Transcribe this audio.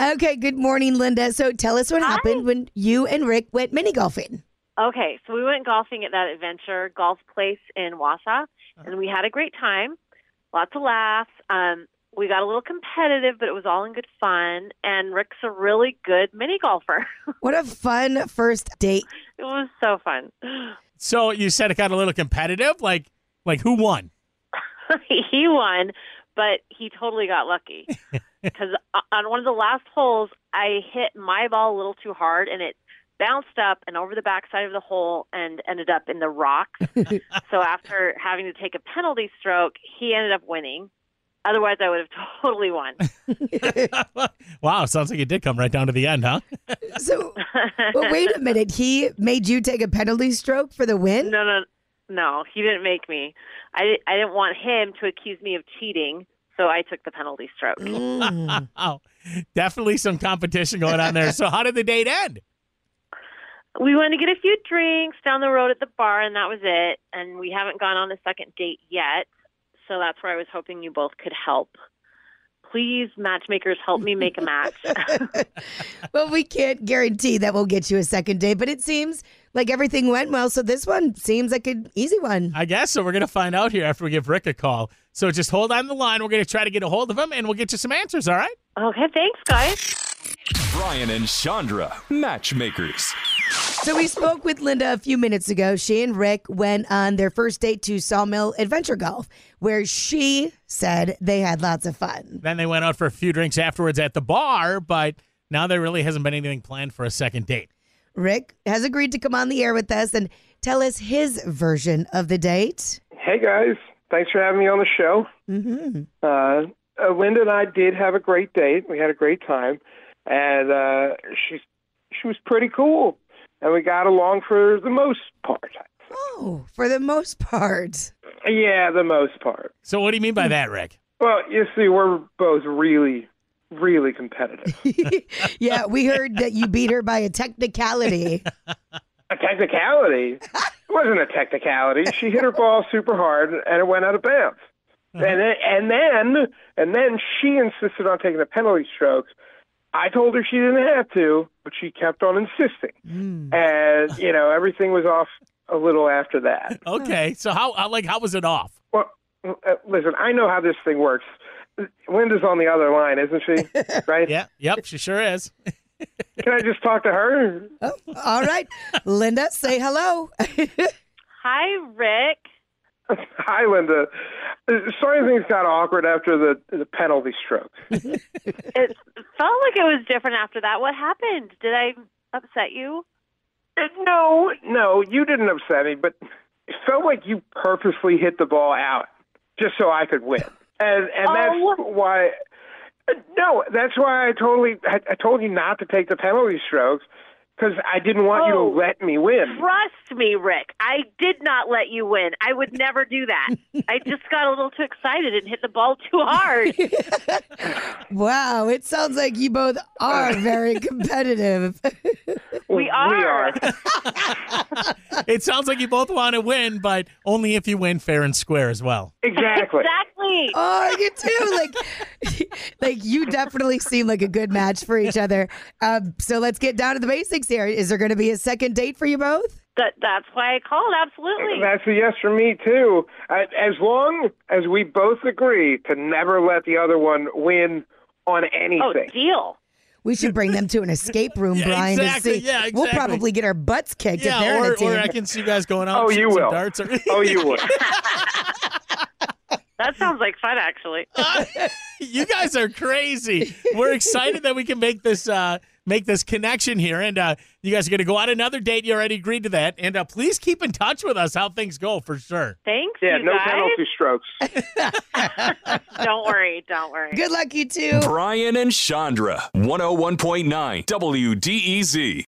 Okay, good morning, Linda. So tell us what Hi. happened when you and Rick went mini golfing. Okay, so we went golfing at that adventure golf place in Wausau, and we had a great time. Lots of laughs. Um, we got a little competitive, but it was all in good fun. And Rick's a really good mini golfer. What a fun first date. It was so fun. So you said it got a little competitive. Like, like who won? he won, but he totally got lucky because on one of the last holes, I hit my ball a little too hard, and it bounced up and over the backside of the hole and ended up in the rocks. so after having to take a penalty stroke, he ended up winning. Otherwise, I would have totally won. wow, sounds like it did come right down to the end, huh? So, well, wait a minute. He made you take a penalty stroke for the win? No, no, no. He didn't make me. I di- I didn't want him to accuse me of cheating, so I took the penalty stroke. Mm. Oh, definitely some competition going on there. So how did the date end? We went to get a few drinks down the road at the bar, and that was it. And we haven't gone on a second date yet, so that's where I was hoping you both could help. Please, matchmakers, help me make a match. well, we can't guarantee that we'll get you a second date, but it seems like everything went well. So this one seems like an easy one. I guess so. We're gonna find out here after we give Rick a call. So just hold on the line. We're gonna try to get a hold of him, and we'll get you some answers. All right? okay, thanks, guys. Brian and Chandra, matchmakers. So we spoke with Linda a few minutes ago. She and Rick went on their first date to Sawmill Adventure Golf, where she said they had lots of fun. Then they went out for a few drinks afterwards at the bar, but now there really hasn't been anything planned for a second date. Rick has agreed to come on the air with us and tell us his version of the date. Hey guys, thanks for having me on the show. hmm Uh, uh, Linda and I did have a great date. We had a great time, and uh, she she was pretty cool, and we got along for the most part. Oh, for the most part. Yeah, the most part. So what do you mean by that, Rick? Well, you see, we're both really, really competitive. yeah, we heard that you beat her by a technicality. a technicality. it wasn't a technicality. She hit her ball super hard, and it went out of bounds. And then, and then and then she insisted on taking a penalty stroke. I told her she didn't have to, but she kept on insisting. And you know everything was off a little after that. Okay, so how, how like how was it off? Well, uh, listen, I know how this thing works. Linda's on the other line, isn't she? Right? Yeah, yep, she sure is. Can I just talk to her? Oh, all right. Linda, say hello. Hi, Rick. Hi, Linda. Uh, Sorry things got awkward after the the penalty stroke. It felt like it was different after that. What happened? Did I upset you? Uh, No, no, you didn't upset me, but it felt like you purposely hit the ball out just so I could win, and and Oh. that's why. uh, No, that's why I totally I, I told you not to take the penalty strokes because I didn't want Oh. you to let me win. Trust me, Rick. I did not let you win. I would never do that. I just got a little too excited and hit the ball too hard. wow, it sounds like you both are very competitive. We are. It sounds like you both want to win, but only if you win fair and square as well. exactly. Exactly. oh, you too. Like, like you definitely seem like a good match for each other. Um, so let's get down to the basics here. Is there going to be a second date for you both? That, that's why I called. Absolutely. That's a yes for me too. I, as long as we both agree to never let the other one win on Oh, anything. deal. We should bring them to an escape room, Yeah, Brian, exactly. to see. Yeah, We'll exactly. probably get our butts kicked if Yeah, they're or, in a team. or I can see you guys going out. Oh, and you shooting some will. Darts or- oh, you would. That sounds like fun, actually. you guys are crazy. We're excited that we can make this uh, make this connection here, and uh, you guys are going to go on another date. You already agreed to that, and uh, please keep in touch with us how things go for sure. Thanks, Yeah, you no guys. penalty strokes. Don't worry. Don't worry. Good luck, you two. oh Brian and Chandra, 101.9 WDEZ.